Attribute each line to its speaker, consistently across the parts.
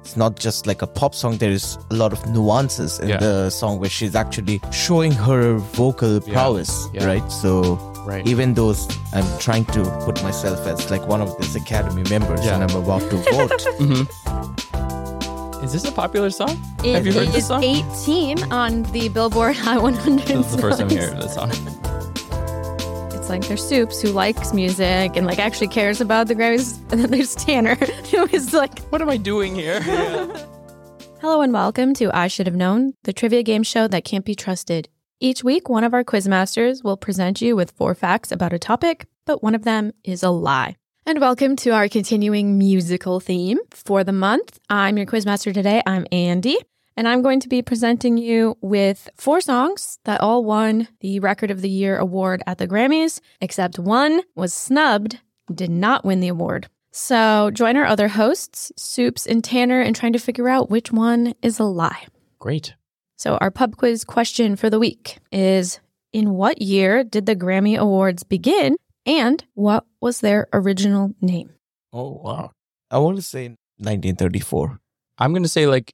Speaker 1: It's not just like a pop song. There is a lot of nuances in
Speaker 2: Yeah.
Speaker 1: the song where she's actually showing her vocal
Speaker 2: Yeah.
Speaker 1: prowess,
Speaker 2: Yeah.
Speaker 1: right? So
Speaker 2: Right.
Speaker 1: even though I'm trying to put myself as like one of these academy members
Speaker 2: Yeah.
Speaker 1: and I'm about to vote,
Speaker 2: Is this a popular song?
Speaker 3: It
Speaker 2: Have you heard
Speaker 3: is
Speaker 2: this song?
Speaker 3: 18 on the Billboard High 100.
Speaker 2: This is the first time
Speaker 3: songs.
Speaker 2: hearing of this song.
Speaker 3: It's like there's Soups who likes music and like actually cares about the Grammys, and then there's Tanner who is like,
Speaker 2: What am I doing here?
Speaker 3: "Hello and welcome to I Should Have Known, the trivia game show that can't be trusted." Each week, one of our quizmasters will present you with four facts about a topic, but one of them is a lie. And welcome to our continuing musical theme for the month. I'm your quizmaster today. I'm Andy. And I'm going to be presenting you with four songs that all won the Record of the Year award at the Grammys, except one was snubbed, did not win the award. So join our other hosts, Soups and Tanner, in trying to figure out which one is a lie.
Speaker 2: Great.
Speaker 3: So our pub quiz question for the week is In what year did the Grammy Awards begin? And what was their original name?
Speaker 2: Oh wow.
Speaker 1: I want to say 1934.
Speaker 2: I'm gonna say like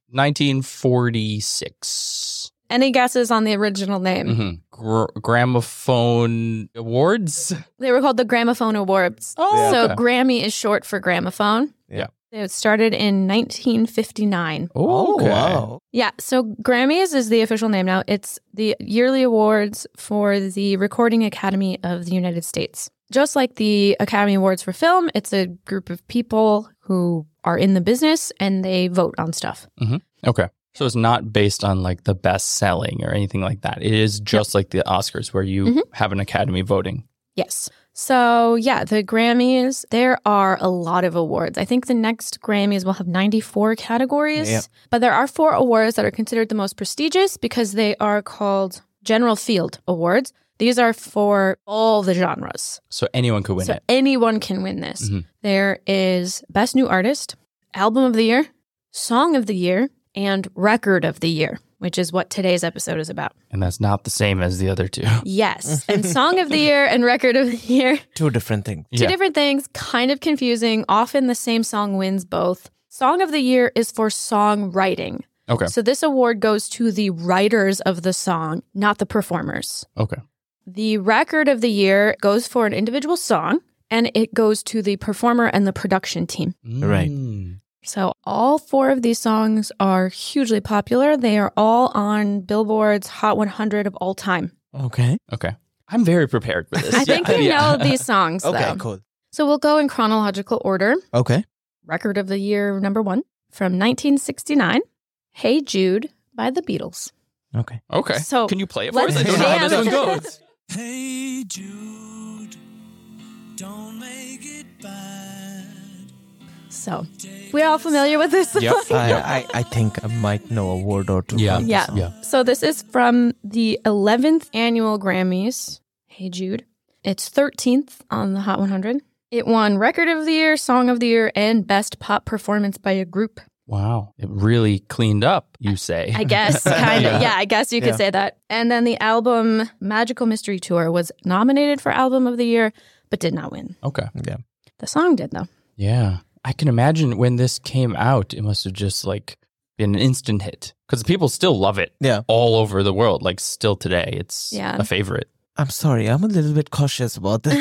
Speaker 2: 1946.
Speaker 3: Any guesses on the original name?
Speaker 2: hmm Gr- gramophone awards.
Speaker 3: They were called the Gramophone Awards.
Speaker 2: Oh,
Speaker 3: so
Speaker 2: okay.
Speaker 3: Grammy is short for gramophone.
Speaker 1: Yeah.
Speaker 3: It started in 1959.
Speaker 1: Oh,
Speaker 2: okay.
Speaker 3: Yeah, so Grammys is the official name now. It's the yearly awards for the Recording Academy of the United States. Just like the Academy Awards for film, it's a group of people who are in the business and they vote on stuff.
Speaker 2: Okay. So it's not based on like the best selling or anything like that. It is just like the Oscars where you
Speaker 3: Mhm.
Speaker 2: have an Academy voting.
Speaker 3: Yes. So, yeah, the Grammys, there are a lot of awards. I think the next Grammys will have 94 categories,
Speaker 1: Yeah.
Speaker 3: but there are four awards that are considered the most prestigious because they are called General Field Awards. These are for all the genres.
Speaker 2: So anyone could win
Speaker 3: so
Speaker 2: it.
Speaker 3: anyone can win this.
Speaker 2: Mhm.
Speaker 3: There is Best New Artist, Album of the Year, Song of the Year, and Record of the Year, which is what today's episode is about.
Speaker 2: And that's not the same as the other two.
Speaker 3: Yes. and Song of the Year and Record of the Year, two
Speaker 1: Two different things.
Speaker 2: Yeah.
Speaker 3: different things, kind of confusing. Often the same song wins both. Song of the Year is for songwriting.
Speaker 2: Okay.
Speaker 3: So this award goes to the writers of the song, not the performers.
Speaker 2: Okay.
Speaker 3: The record of the year goes for an individual song and it goes to the performer and the production team.
Speaker 1: Right.
Speaker 2: Mm.
Speaker 3: So, all four of these songs are hugely popular. They are all on Billboard's Hot 100 of all time.
Speaker 1: Okay.
Speaker 2: Okay. I'm very prepared for this.
Speaker 3: I think
Speaker 2: Yeah,
Speaker 3: you
Speaker 2: yeah.
Speaker 3: know these songs,
Speaker 1: Okay,
Speaker 3: though.
Speaker 1: cool.
Speaker 3: So, we'll go in chronological order.
Speaker 1: Okay.
Speaker 3: Record of the year number one from 1969 Hey Jude by the Beatles.
Speaker 1: Okay.
Speaker 2: Okay.
Speaker 3: So,
Speaker 2: can you play it for us?
Speaker 3: let's
Speaker 2: I don't know how this
Speaker 3: jam.
Speaker 2: one goes.
Speaker 4: Hey Jude, don't make it bad.
Speaker 3: So, we're all familiar with this.
Speaker 2: Yep.
Speaker 1: I,
Speaker 2: Yep.
Speaker 1: I, I think I might know a word or two.
Speaker 2: Yeah.
Speaker 1: from this
Speaker 3: Yeah.
Speaker 1: song.
Speaker 2: Yeah.
Speaker 3: So this is from the 11th annual Grammys. Hey Jude. It's 13th on the Hot 100. It won Record of the Year, Song of the Year, and Best Pop Performance by a Group.
Speaker 2: Wow. It really cleaned up, you say.
Speaker 3: I guess, kind of.
Speaker 2: Yeah.
Speaker 3: Yeah, I guess you could
Speaker 1: Yeah.
Speaker 3: say that. And then the album Magical Mystery Tour was nominated for Album of the Year, but did not win.
Speaker 2: Okay.
Speaker 3: The song did, though.
Speaker 2: Yeah. I can imagine when this came out, it must have just like been an instant hit because people still love it
Speaker 1: Yeah.
Speaker 2: all over the world. Like still today, it's
Speaker 3: Yeah.
Speaker 2: a favorite.
Speaker 1: I'm sorry. I'm a little bit cautious about this.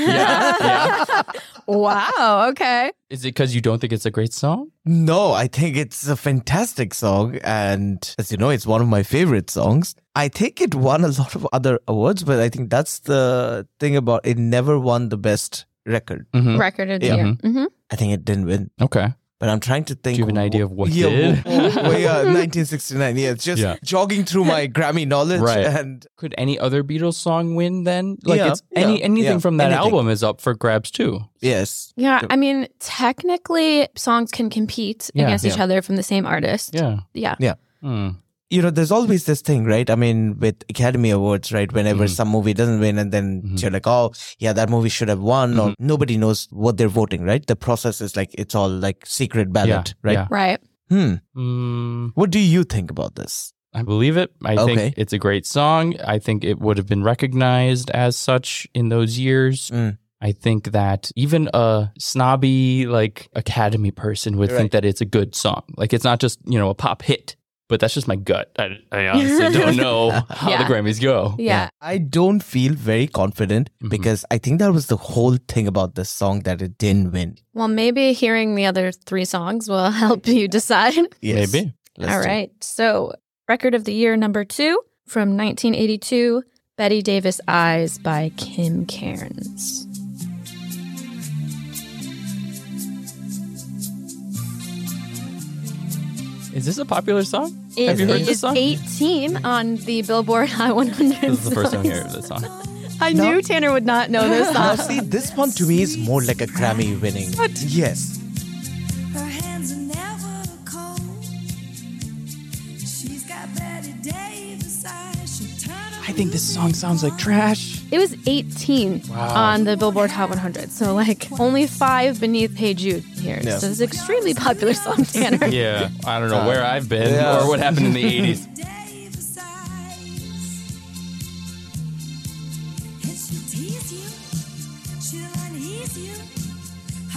Speaker 3: wow. Okay.
Speaker 2: Is it because you don't think it's a great song?
Speaker 1: No, I think it's a fantastic song. And as you know, it's one of my favorite songs. I think it won a lot of other awards, but I think that's the thing about it never won the best record.
Speaker 2: Mm-hmm.
Speaker 3: Record of the
Speaker 1: Yeah.
Speaker 3: Year. hmm
Speaker 1: I think it didn't win,
Speaker 2: Okay.
Speaker 1: but I'm trying to think.
Speaker 2: Do you have an idea of what
Speaker 1: yeah,
Speaker 2: did?
Speaker 1: w- w- well, yeah, 1969. Yeah, it's just
Speaker 2: Yeah.
Speaker 1: jogging through my Grammy knowledge.
Speaker 2: Right.
Speaker 1: And
Speaker 2: Could any other Beatles song win then? Like
Speaker 1: Yeah.
Speaker 2: it's any
Speaker 1: Yeah.
Speaker 2: anything
Speaker 1: Yeah.
Speaker 2: from that
Speaker 1: Anything.
Speaker 2: album is up for grabs too.
Speaker 1: yes.
Speaker 3: Yeah, I mean, technically, songs can compete
Speaker 2: Yeah,
Speaker 3: against
Speaker 2: yeah.
Speaker 3: each other from the same artist.
Speaker 2: Yeah.
Speaker 3: Yeah.
Speaker 2: Hmm.
Speaker 1: you know, there's always this thing, right? I mean, with Academy Awards, right? Whenever
Speaker 2: Mhm.
Speaker 1: some movie doesn't win, and then
Speaker 2: Mhm.
Speaker 1: you're like, oh, yeah, that movie should have won, or
Speaker 2: Mm-hmm.
Speaker 1: nobody knows what they're voting, right? The process is like, it's all like secret ballot,
Speaker 2: Yeah,
Speaker 1: right?
Speaker 2: yeah.
Speaker 3: Right.
Speaker 1: Hmm.
Speaker 2: Hmm.
Speaker 1: What do you think about this?
Speaker 2: I believe it. I
Speaker 1: Okay.
Speaker 2: think it's a great song. I think it would have been recognized as such in those years.
Speaker 1: Mm.
Speaker 2: I think that even a snobby like academy person would
Speaker 1: Right.
Speaker 2: think that it's a good song. Like it's not just, you know, a pop hit, but that's just my gut. I, I honestly don't know how
Speaker 3: Yeah.
Speaker 2: the Grammys go.
Speaker 3: Yeah.
Speaker 1: I don't feel very confident
Speaker 2: Mhm.
Speaker 1: because I think that was the whole thing about this song that it didn't win.
Speaker 3: Well, maybe hearing the other three songs will help you decide.
Speaker 1: Yes.
Speaker 2: Maybe.
Speaker 1: Let's
Speaker 3: All
Speaker 1: do it.
Speaker 3: right. So, record of the year number two from 1982 Betty Davis Eyes by Kim Cairns.
Speaker 2: Is this a popular song?
Speaker 3: It
Speaker 2: Have you heard
Speaker 3: is
Speaker 2: this song?
Speaker 3: 18 on the Billboard High 100.
Speaker 2: This is the first time
Speaker 3: songs.
Speaker 2: I hear of this song.
Speaker 3: I
Speaker 1: No.
Speaker 3: knew Tanner would not know this
Speaker 1: Now,
Speaker 3: song.
Speaker 1: see, this one to me is more like a Grammy winning. What? Yes.
Speaker 5: Her hands are never cold. She's got Betty Davis eyes. She'll turn
Speaker 2: I think this song sounds like trash.
Speaker 3: It was 18 on the Billboard Hot 100. So, like, only five beneath Hey Jude here.
Speaker 1: Yeah.
Speaker 3: So, it's an extremely popular song, Tanner.
Speaker 2: Yeah. I don't know where I've been
Speaker 1: Uh, Yeah.
Speaker 2: or what happened in the 80s.
Speaker 5: Davis eyes. And she'll tease you. She'll unease you.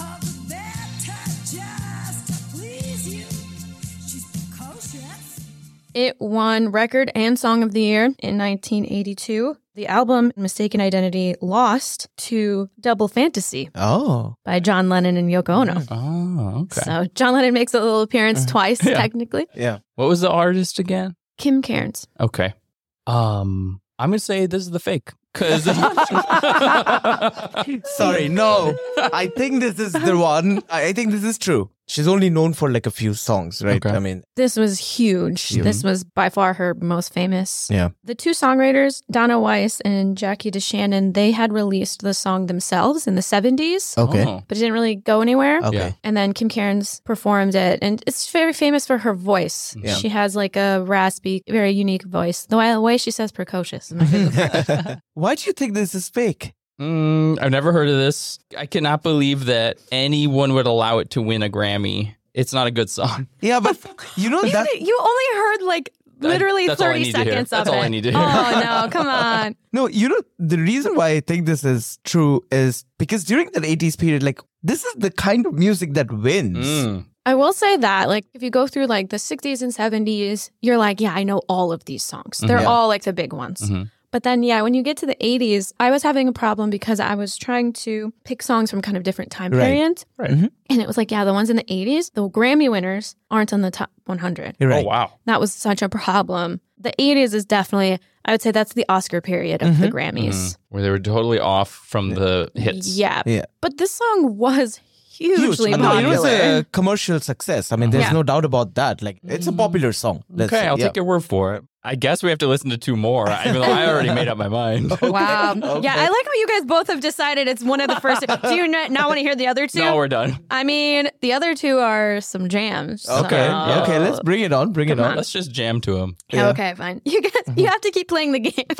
Speaker 5: All the better just to please you. She's precocious.
Speaker 3: It won Record and Song of the Year in 1982. The album Mistaken Identity lost to Double Fantasy
Speaker 1: Oh.
Speaker 3: by John Lennon and Yoko Ono.
Speaker 2: Oh, okay.
Speaker 3: So John Lennon makes a little appearance twice,
Speaker 2: Yeah.
Speaker 3: technically.
Speaker 1: Yeah.
Speaker 2: What was the artist again?
Speaker 3: Kim Cairns.
Speaker 2: Okay. Um, I'm gonna say this is the fake because
Speaker 1: Sorry, no. I think this is the one. I I think this is true. She's only known for like a few songs, right?
Speaker 2: Okay.
Speaker 1: I mean,
Speaker 3: This was huge.
Speaker 1: Huge.
Speaker 3: This was by far her most famous.
Speaker 1: Yeah.
Speaker 3: The two songwriters, Donna Weiss and Jackie DeShannon, they had released the song themselves in the 70s,
Speaker 1: okay.
Speaker 2: Oh.
Speaker 3: but it didn't really go anywhere.
Speaker 1: Okay.
Speaker 3: And then Kim Cairns performed it. And it's very famous for her voice.
Speaker 2: Mm-hmm.
Speaker 1: Yeah.
Speaker 3: She has like a raspy, very unique voice. The way, the way she says precocious. is my favorite.
Speaker 1: Why do you think this is fake?
Speaker 2: Mm, I've never heard of this. I cannot believe that anyone would allow it to win a Grammy. It's not a good song.
Speaker 1: Yeah, but you know
Speaker 3: you,
Speaker 1: that.
Speaker 3: only, you only heard like literally
Speaker 2: that's all I
Speaker 3: 30
Speaker 2: need to hear.
Speaker 3: seconds of
Speaker 2: That's all
Speaker 3: it.
Speaker 2: I need to hear.
Speaker 3: Oh, no. Come on.
Speaker 1: No, you know the reason why I think this is true is because during that 80s period, like this is the kind of music that wins.
Speaker 2: Mm.
Speaker 3: I will say that, like, if you go through like the 60s and 70s, you're like, yeah, I know all of these songs. They're
Speaker 1: Mhm.
Speaker 3: all like the big ones.
Speaker 1: Mm-hmm.
Speaker 2: Mhm.
Speaker 3: But then, yeah, when you get to the 80s, I was having a problem because I was trying to pick songs from kind of different time
Speaker 1: Right.
Speaker 3: periods.
Speaker 2: Right.
Speaker 1: Mhm.
Speaker 3: And it was like, yeah, the ones in the 80s, the Grammy winners aren't on the top 100.
Speaker 1: You're
Speaker 2: Oh
Speaker 1: right.
Speaker 2: wow.
Speaker 3: That was such a problem. The 80s is definitely, I would say that's the Oscar period of the
Speaker 1: Mm-hmm.
Speaker 3: Grammys.
Speaker 2: Mm. Where they were totally off from the hits.
Speaker 3: Yeah.
Speaker 1: Yeah.
Speaker 3: But this song was hugely
Speaker 1: Mm-hmm. Huge. No,
Speaker 3: popular.
Speaker 1: it was a commercial success. I mean, there's
Speaker 3: Yeah.
Speaker 1: no doubt about that. Like, it's a popular song. Let's
Speaker 2: Okay,
Speaker 1: say.
Speaker 2: I'll
Speaker 1: Yeah.
Speaker 2: take your word for it. I guess we have to listen to two more, even though I already made up my mind.
Speaker 3: Wow.
Speaker 1: Okay.
Speaker 3: Yeah, I like how you guys both have decided it's one of the first. Do you not, not want to hear the other two?
Speaker 2: no, we're done.
Speaker 3: I mean, the other two are some jams.
Speaker 1: Okay.
Speaker 3: so-
Speaker 1: Okay. Let's bring it on. Bring it
Speaker 3: Come
Speaker 1: on.
Speaker 3: on.
Speaker 2: Let's just jam to him.
Speaker 1: Yeah.
Speaker 3: Okay, fine. You guys, you have to keep playing the game.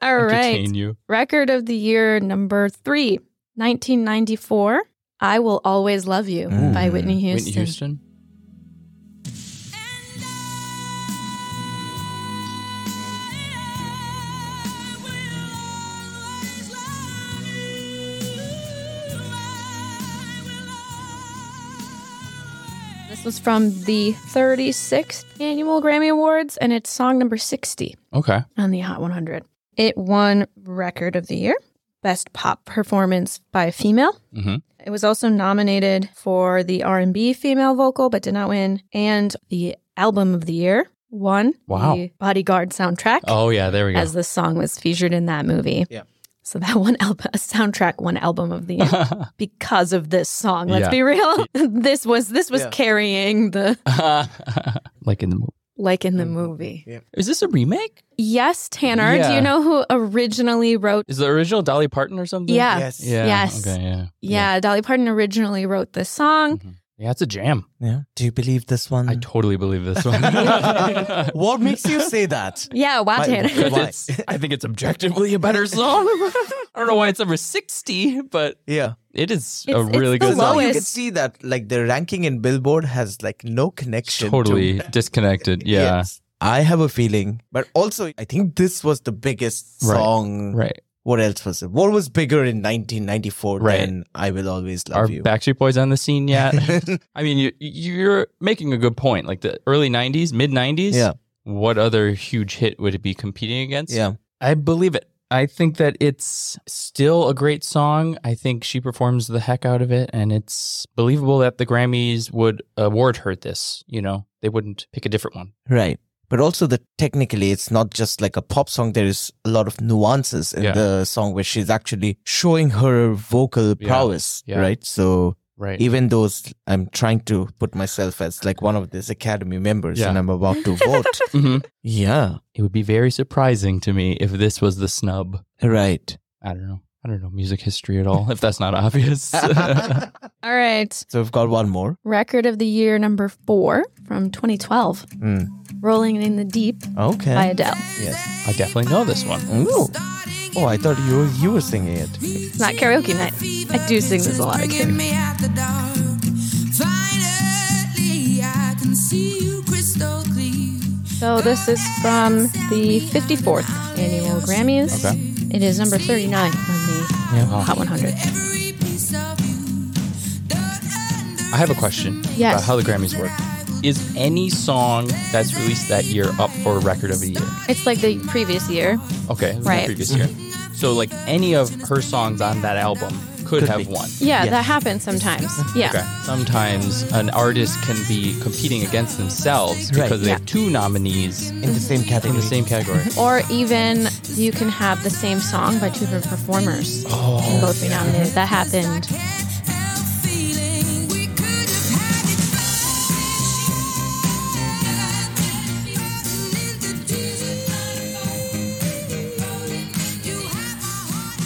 Speaker 3: All right.
Speaker 2: Entertain you.
Speaker 3: Record of the year number three, 1994. I Will Always Love You by Whitney Houston.
Speaker 2: Whitney Houston.
Speaker 3: This was from the 36th Annual Grammy Awards, and it's song number 60.
Speaker 2: Okay.
Speaker 3: on the Hot 100. It won Record of the Year, Best Pop Performance by a Female.
Speaker 2: Mhm.
Speaker 3: It was also nominated for the R&B Female Vocal, but did not win, and the Album of the Year won
Speaker 2: Wow.
Speaker 3: the Bodyguard soundtrack,
Speaker 2: Oh yeah, there we go.
Speaker 3: as the song was featured in that movie.
Speaker 1: Yeah.
Speaker 3: So that one album, soundtrack, one album of the year because of this song. Let's
Speaker 2: Yeah.
Speaker 3: be real. this was this was
Speaker 1: Yeah.
Speaker 3: carrying the
Speaker 2: like in the movie.
Speaker 3: like in the
Speaker 2: Mm-hmm.
Speaker 3: movie.
Speaker 2: Is this a remake?
Speaker 3: Yes, Tanner. Do
Speaker 2: Yeah.
Speaker 3: you know who originally wrote?
Speaker 2: Is the original Dolly Parton or something?
Speaker 3: Yeah.
Speaker 1: yes.
Speaker 2: Yeah.
Speaker 3: Yes.
Speaker 2: Okay, yeah.
Speaker 3: Yeah, Dolly Parton originally wrote this song.
Speaker 2: Yeah, it's a jam.
Speaker 1: Yeah. Do you believe this one?
Speaker 2: I totally believe this one.
Speaker 1: what makes you say that?
Speaker 3: Yeah, wow,
Speaker 1: Why-
Speaker 3: Tanner.
Speaker 1: Why?
Speaker 2: It's- I think it's objectively a better song. I don't know why it's number 60, but
Speaker 1: Yeah.
Speaker 2: it is
Speaker 3: It's-
Speaker 2: a
Speaker 3: it's
Speaker 2: really
Speaker 3: the
Speaker 2: good
Speaker 1: Now
Speaker 2: song.
Speaker 3: lowest-
Speaker 1: you can see that like the ranking in Billboard has like no connection. to-
Speaker 2: Totally disconnected. Yeah.
Speaker 1: Yes. I have a feeling, but also I think this was the biggest
Speaker 2: Right.
Speaker 1: song
Speaker 2: Right.
Speaker 1: What else was it? What was bigger in 1994
Speaker 2: Right.
Speaker 1: than I Will Always Love
Speaker 2: Are
Speaker 1: You?
Speaker 2: Backstreet Boys on the scene yet? I mean, you, you're making a good point. Like the early 90s, mid 90s.
Speaker 1: Yeah.
Speaker 2: What other huge hit would it be competing against?
Speaker 1: yeah.
Speaker 2: I believe it. I think that it's still a great song. I think she performs the heck out of it, and it's believable that the Grammys would award her this. You know, they wouldn't pick a different one.
Speaker 1: Right. But also that technically it's not just like a pop song. There is a lot of nuances in
Speaker 2: Yeah.
Speaker 1: the song where she's actually showing her vocal
Speaker 2: Yeah.
Speaker 1: prowess.
Speaker 2: Yeah.
Speaker 1: Right. So
Speaker 2: Right.
Speaker 1: even though s- I'm trying to put myself as like one of these academy members
Speaker 2: Yeah.
Speaker 1: and I'm about to vote. yeah.
Speaker 2: Mm-hmm. It would be very surprising to me if this was the snub.
Speaker 1: Right.
Speaker 2: I don't know. I don't know music history at all, if that's not obvious.
Speaker 1: so
Speaker 3: All right.
Speaker 1: we've got one more.
Speaker 3: Record of the year number four from 2012
Speaker 1: Hmm.
Speaker 3: Rolling in the Deep
Speaker 1: Okay.
Speaker 3: by Adele.
Speaker 1: yes.
Speaker 2: I definitely know this one.
Speaker 1: Ooh. Oh, I thought you were, you were singing it.
Speaker 3: It's not karaoke night. I do sing this a lot.
Speaker 5: Bringing me out the dark. Finally, I can see you crystal clear.
Speaker 3: So this is from the 54th annual Grammys. It is number 39 on the Hot 100.
Speaker 5: Every piece of you.
Speaker 2: I have a question
Speaker 3: Yes.
Speaker 2: about how the Grammys work. Is any song that's released that year up for record of the year?
Speaker 3: It's like the previous year.
Speaker 2: Okay, it was the
Speaker 3: Right.
Speaker 2: previous year. So, like any of her songs on that album could, have
Speaker 1: be.
Speaker 2: won.
Speaker 3: Yeah,
Speaker 1: Yeah.
Speaker 3: that happens sometimes. Yeah.
Speaker 2: Okay. Sometimes an artist can be competing against themselves
Speaker 1: Right.
Speaker 2: because they
Speaker 3: Yeah. Mm-hmm.
Speaker 2: have two nominees in
Speaker 1: In the same category.
Speaker 2: the same category.
Speaker 3: Or even you can have the same song by two different performers oh, and both be nominated. That happened.
Speaker 5: Help feeling we could have had it right. Rolling in the deep. You have my heart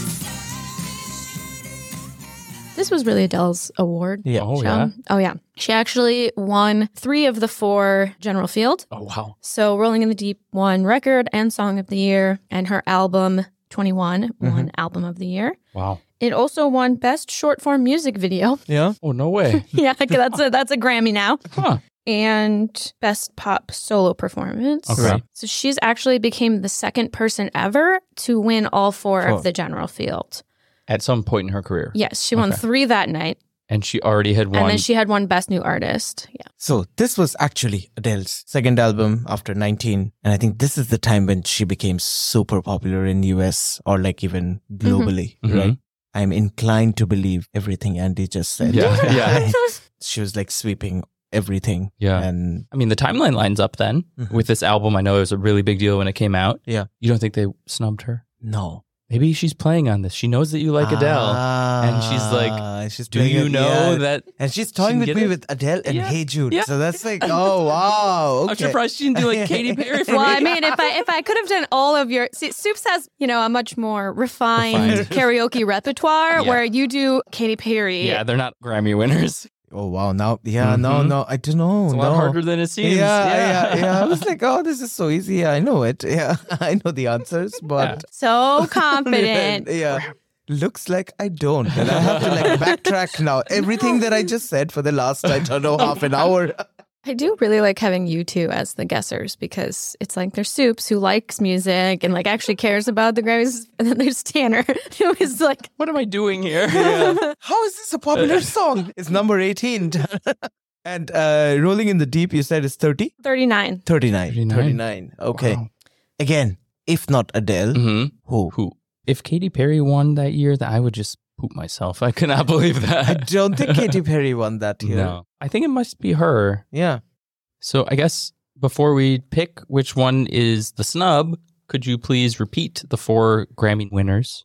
Speaker 3: This was really Adele's award.
Speaker 1: Yeah.
Speaker 2: Oh,
Speaker 3: show.
Speaker 2: yeah.
Speaker 3: Oh, yeah. She actually won three of the four General Field.
Speaker 2: Oh, wow.
Speaker 3: So Rolling in the Deep won Record and Song of the Year, and her album 21
Speaker 2: Mm-hmm.
Speaker 3: won Album of the Year.
Speaker 2: Wow.
Speaker 3: It also won Best Short Form Music Video.
Speaker 1: Yeah.
Speaker 2: Oh, no way.
Speaker 3: yeah, 'cause that's a that's a Grammy now.
Speaker 2: Huh.
Speaker 3: And Best Pop Solo Performance.
Speaker 2: Okay.
Speaker 3: So she's actually became the second person ever to win all four
Speaker 1: Four.
Speaker 3: of the general field.
Speaker 2: At some point in her career.
Speaker 3: Yes, she won
Speaker 2: Okay.
Speaker 3: three that night,
Speaker 2: And she already had
Speaker 3: and
Speaker 2: won.
Speaker 3: then she had one Best New Artist. Yeah.
Speaker 1: So this was actually Adele's second album after 19 and I think this is the time when she became super popular in US or like even globally,
Speaker 2: Mhm.
Speaker 1: right? I'm inclined to believe everything Andy just said.
Speaker 2: Yeah, yeah.
Speaker 1: she was like sweeping everything
Speaker 2: yeah.
Speaker 1: and
Speaker 2: I mean, the timeline lines up then
Speaker 1: Mhm.
Speaker 2: with this album. I know it was a really big deal when it came out.
Speaker 1: Yeah.
Speaker 2: You don't think they snubbed her?
Speaker 1: no.
Speaker 2: Maybe she's playing on this. She knows that you like Adele. and she's like,
Speaker 1: Ah, she's
Speaker 2: Do
Speaker 1: playing
Speaker 2: you
Speaker 1: it-
Speaker 2: know
Speaker 1: yeah.
Speaker 2: that?
Speaker 1: And she's
Speaker 2: can
Speaker 1: toying with
Speaker 2: get
Speaker 1: me
Speaker 2: it?
Speaker 1: with Adele and
Speaker 2: Yeah.
Speaker 1: Hey Jude.
Speaker 2: Yeah.
Speaker 1: So that's like, oh wow. Okay.
Speaker 2: I'm surprised she didn't do like Katy Perry for
Speaker 3: Well,
Speaker 2: me.
Speaker 3: I mean, if I if I could have done all of your see, Soups has you know a much more refined,
Speaker 2: Refined.
Speaker 3: karaoke repertoire
Speaker 2: Yeah.
Speaker 3: where you do Katy Perry.
Speaker 2: yeah, they're not Grammy winners.
Speaker 1: Oh wow. Now yeah, no,
Speaker 2: Mhm.
Speaker 1: no. I don't know.
Speaker 2: It's a lot
Speaker 1: Oh, no.
Speaker 2: harder than it seems.
Speaker 1: Yeah, yeah, yeah. I was like, oh, this is so easy. I know it. Yeah, I know the answers, but
Speaker 3: So confident.
Speaker 1: yeah. Looks like I don't. And I have to like backtrack now. Everything that I just said for the last, I don't know, half an hour.
Speaker 3: I do really like having you two as the guessers because it's like there's Soups who likes music and like actually cares about the Grammys, and then there's Tanner who is like
Speaker 2: What am I doing here?
Speaker 1: How is this a popular song? It's number 18. and uh, Rolling in the Deep, you said is 30?
Speaker 3: 39.
Speaker 1: 39.
Speaker 2: 39.
Speaker 1: 39. Okay. Again, if not Adele,
Speaker 2: hmm
Speaker 1: who?
Speaker 2: Who? If Katy Perry won that year, that I would just poop myself. I cannot believe
Speaker 1: I
Speaker 2: that.
Speaker 1: don't think Katy Perry won that year.
Speaker 2: No, I think it must be her.
Speaker 1: Yeah.
Speaker 2: So I guess before we pick which one is the snub, could you please repeat the four Grammy winners?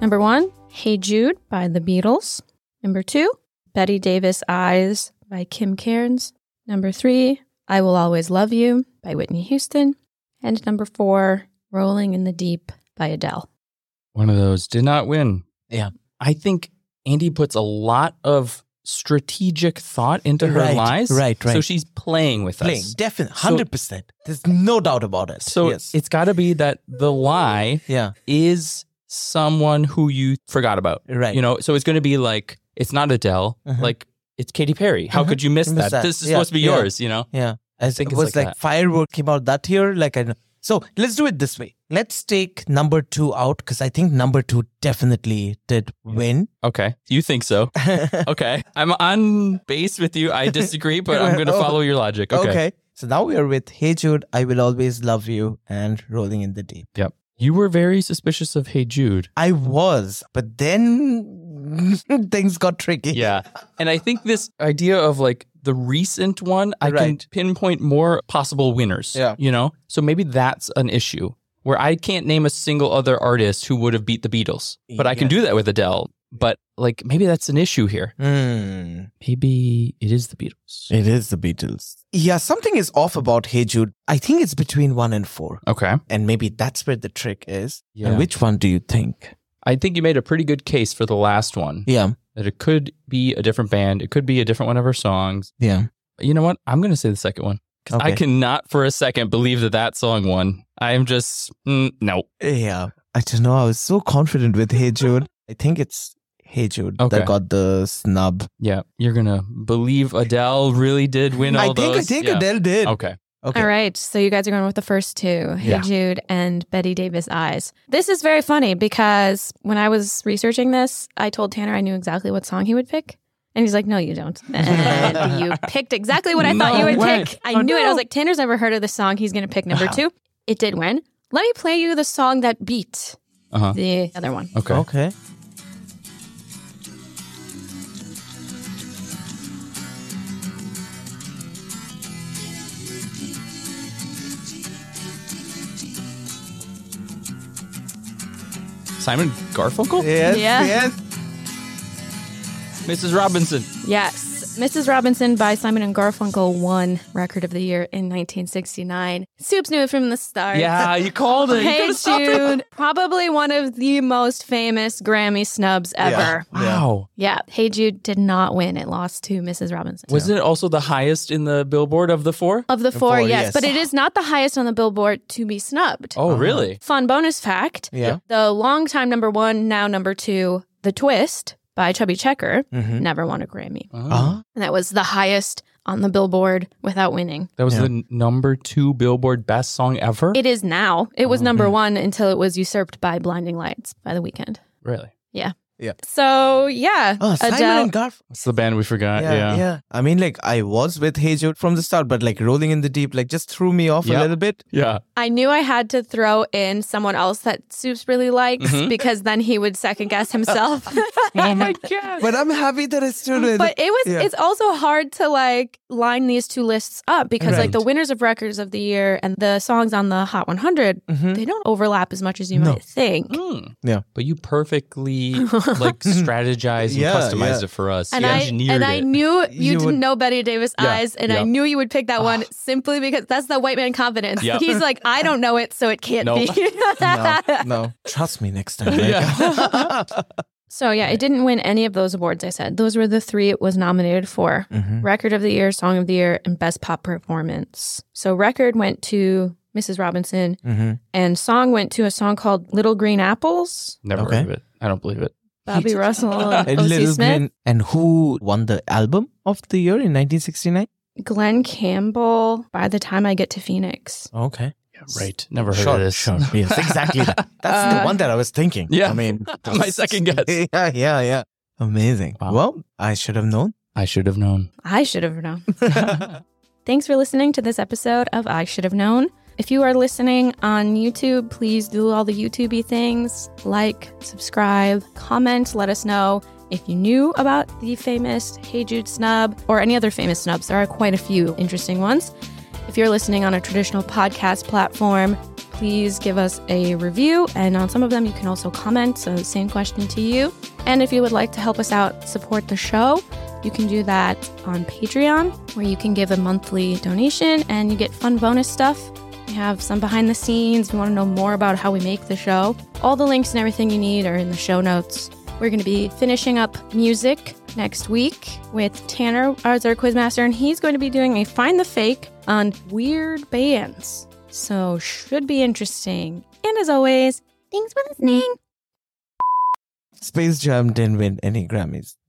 Speaker 3: Number one, Hey Jude by the Beatles. Number two, Betty Davis Eyes by Kim Cairns. Number three, I Will Always Love You by Whitney Houston. And number four, Rolling in the Deep by Adele.
Speaker 2: One of those did not win.
Speaker 1: Yeah.
Speaker 2: I think Andy puts a lot of strategic thought into her
Speaker 1: Right,
Speaker 2: lies.
Speaker 1: right,
Speaker 2: So
Speaker 1: right.
Speaker 2: she's playing with
Speaker 1: Playing,
Speaker 2: us.
Speaker 1: definitely.
Speaker 2: So-
Speaker 1: 100%. There's no doubt about it.
Speaker 2: So
Speaker 1: yes.
Speaker 2: it's got to be that the lie
Speaker 1: yeah.
Speaker 2: is someone who you forgot about.
Speaker 1: Right.
Speaker 2: You know, so it's going to be like, it's not Adele.
Speaker 1: Uh-huh.
Speaker 2: Like, it's Katy Perry. How
Speaker 1: Mhm.
Speaker 2: could you miss
Speaker 1: Miss
Speaker 2: that?
Speaker 1: that.
Speaker 2: This is
Speaker 1: Yeah,
Speaker 2: supposed to be
Speaker 1: yeah.
Speaker 2: yours, you know?
Speaker 1: Yeah. I
Speaker 2: think
Speaker 1: think
Speaker 2: it's
Speaker 1: it was
Speaker 2: like
Speaker 1: like,
Speaker 2: that.
Speaker 1: firework came out that year. Like I know. So let's do it this way. Let's take number two out because I think number two definitely did win.
Speaker 2: Okay. You think so.
Speaker 1: Mm-hmm. okay.
Speaker 2: Okay. I'm on base with you. I disagree, but I'm going to
Speaker 1: Oh.
Speaker 2: follow your logic. Okay.
Speaker 1: So now we are with Hey Jude, I Will Always Love You and Rolling in the Deep.
Speaker 2: You were very suspicious of Hey Jude.
Speaker 1: I was, but then things got tricky.
Speaker 2: Yeah. And I think this idea of like the recent one, I
Speaker 1: Right.
Speaker 2: can pinpoint more possible winners.
Speaker 1: Yeah.
Speaker 2: You know? So maybe that's an issue where I can't name a single other artist who would have beat the Beatles, but I can
Speaker 1: Yeah.
Speaker 2: do that with Adele. But like maybe that's an issue here.
Speaker 1: Hmm.
Speaker 2: Maybe it is the Beatles.
Speaker 1: It is the Beatles. Yeah, something is off about Hey Jude. I think it's between one and four.
Speaker 2: Okay.
Speaker 1: And maybe that's where the trick is.
Speaker 2: Yeah.
Speaker 1: And which one do you think?
Speaker 2: I think you made a pretty good case for the last one
Speaker 1: Yeah.
Speaker 2: that it could be a different band, it could be a different one of her songs.
Speaker 1: Yeah.
Speaker 2: You know what? I'm going to say the second one. 'Cause I
Speaker 1: Okay.
Speaker 2: cannot for a second believe that that song won. I am just, mm, no.
Speaker 1: Yeah. I don't know. I was so confident with Hey Jude. I think it's Hey Jude
Speaker 2: Okay.
Speaker 1: that got the snub.
Speaker 2: Yeah, you're gonna believe Adele really did win all
Speaker 1: I think
Speaker 2: those.
Speaker 1: I think
Speaker 2: Yeah.
Speaker 1: Adele did.
Speaker 2: Okay,
Speaker 1: Okay.
Speaker 3: All right. So you guys are going with the first two Hey
Speaker 2: Yeah.
Speaker 3: Jude and Betty Davis Eyes. This is very funny because when I was researching this, I told Tanner I knew exactly what song he would pick. And he's like, no, you don't. And you picked exactly what I thought you
Speaker 2: No
Speaker 3: would
Speaker 2: way.
Speaker 3: pick. I
Speaker 2: Oh,
Speaker 3: knew it. I
Speaker 2: no.
Speaker 3: was like, Tanner's never heard of this song. He's going to pick number
Speaker 2: Wow.
Speaker 3: two. It did win. Let me play you the song that beat
Speaker 2: Uh-huh.
Speaker 3: the other one.
Speaker 2: okay.
Speaker 1: Okay.
Speaker 2: Simon Garfunkel,
Speaker 1: Yes.
Speaker 3: Yeah.
Speaker 1: Yes.
Speaker 2: Mrs. Robinson.
Speaker 3: Yes. Mrs. Robinson by Simon and Garfunkel won Record of the Year in 1969. Soups knew it from the start.
Speaker 2: Yeah, you called it. You
Speaker 3: Hey
Speaker 2: could've stopped it.
Speaker 3: Jude, probably one of the most famous Grammy snubs ever. Yeah.
Speaker 2: Wow.
Speaker 3: Hey Jude did not win. It lost to Mrs. Robinson.
Speaker 2: Was it also the highest in the Billboard of the four?
Speaker 3: of the four,
Speaker 1: four,
Speaker 3: yes,
Speaker 1: yes.
Speaker 3: but it is not the highest on the Billboard to be snubbed.
Speaker 1: Uh-huh.
Speaker 2: Oh, really?
Speaker 3: Fun bonus fact
Speaker 1: Yeah.
Speaker 3: the long time number one, now number two, The Twist by Chubby Checker
Speaker 1: Mm-hmm.
Speaker 3: never won a Grammy.
Speaker 2: Oh.
Speaker 1: Uh-huh.
Speaker 3: And that was the highest on the Billboard without winning.
Speaker 2: That was
Speaker 1: Yeah.
Speaker 2: the n- number two Billboard best song ever.
Speaker 3: It is now. It was
Speaker 2: Oh.
Speaker 3: number one until it was usurped by Blinding Lights by the weekend.
Speaker 2: really?
Speaker 3: So, yeah.
Speaker 1: Oh, Simon
Speaker 3: Adele-
Speaker 1: and Garf.
Speaker 2: That's the band we forgot. Uh, Yeah.
Speaker 1: yeah, yeah. I mean, like I was with Hey Jude from the start, but like Rolling in the Deep, like just threw me off
Speaker 2: Yeah.
Speaker 1: a little bit.
Speaker 2: Yeah.
Speaker 3: I knew I had to throw in someone else that Soups really likes
Speaker 2: Mhm.
Speaker 3: because then he would second guess himself.
Speaker 2: Oh my god.
Speaker 1: But I'm happy that I stood with.
Speaker 3: but it was
Speaker 1: Yeah.
Speaker 3: it's also hard to like line these two lists up because like
Speaker 1: Right.
Speaker 3: the winners of records of the year and the songs on the Hot 100
Speaker 2: Mm-hmm.
Speaker 1: Mhm.
Speaker 3: they don't overlap as much as you
Speaker 1: No.
Speaker 3: might think.
Speaker 2: Mm.
Speaker 1: Yeah.
Speaker 2: But you perfectly like strategized and
Speaker 1: Yeah,
Speaker 2: customized
Speaker 1: yeah.
Speaker 2: it for us.
Speaker 3: And
Speaker 2: you
Speaker 3: I
Speaker 2: engineered
Speaker 3: and
Speaker 2: it.
Speaker 3: I knew you,
Speaker 1: You
Speaker 3: didn't
Speaker 1: would- Ah.
Speaker 3: know Betty Davis
Speaker 2: Yeah,
Speaker 3: eyes, and
Speaker 2: yeah.
Speaker 3: I knew you would pick that one simply because that's the white man confidence.
Speaker 2: Yeah.
Speaker 3: He's like, I don't know it, so it can't
Speaker 2: Nope.
Speaker 3: be.
Speaker 1: no, no. Trust me next time. Like.
Speaker 2: Yeah.
Speaker 3: So yeah, it didn't win any of those awards. I said those were the three it was nominated for:
Speaker 1: Mhm.
Speaker 3: record of the year, song of the year, and best pop performance. So record went to Mrs. Robinson,
Speaker 1: Mhm.
Speaker 3: and song went to a song called "Little Green Apples."
Speaker 2: Never
Speaker 1: Okay.
Speaker 2: heard of it. I don't believe it.
Speaker 3: Bobby Russell, and
Speaker 1: A
Speaker 3: O.C.
Speaker 1: little
Speaker 3: Smith,
Speaker 1: bit. And who won the album of the year in 1969?
Speaker 3: Glenn Campbell. By the time I get to Phoenix,
Speaker 1: Okay.
Speaker 2: Right. Never heard
Speaker 1: Sure,
Speaker 2: of this.
Speaker 1: sure. Yes, exactly. that. That's
Speaker 3: Uh,
Speaker 1: the one that I was thinking.
Speaker 2: yeah.
Speaker 1: I mean,
Speaker 2: My second guess.
Speaker 1: Yeah, yeah, yeah. Amazing.
Speaker 2: Wow.
Speaker 1: Well, I should have known.
Speaker 2: I should have known.
Speaker 3: I should have known. Thanks for listening to this episode of I Should Have Known. If you are listening on YouTube, please do all the YouTubey things like, subscribe, comment, let us know if you knew about the famous Hey Jude snub or any other famous snubs. There are quite a few interesting ones. If you're listening on a traditional podcast platform, please give us a review. And on some of them, you can also comment. So, same question to you. And if you would like to help us out, support the show, you can do that on Patreon, where you can give a monthly donation and you get fun bonus stuff. We have some behind the scenes. If you want to know more about how we make the show, all the links and everything you need are in the show notes. We're going to be finishing up music next week with Tanner as our quizmaster, and he's going to be doing a find the fake on weird bands. So should be interesting. And as always, thanks for listening.
Speaker 1: Space Jam didn't win any Grammys.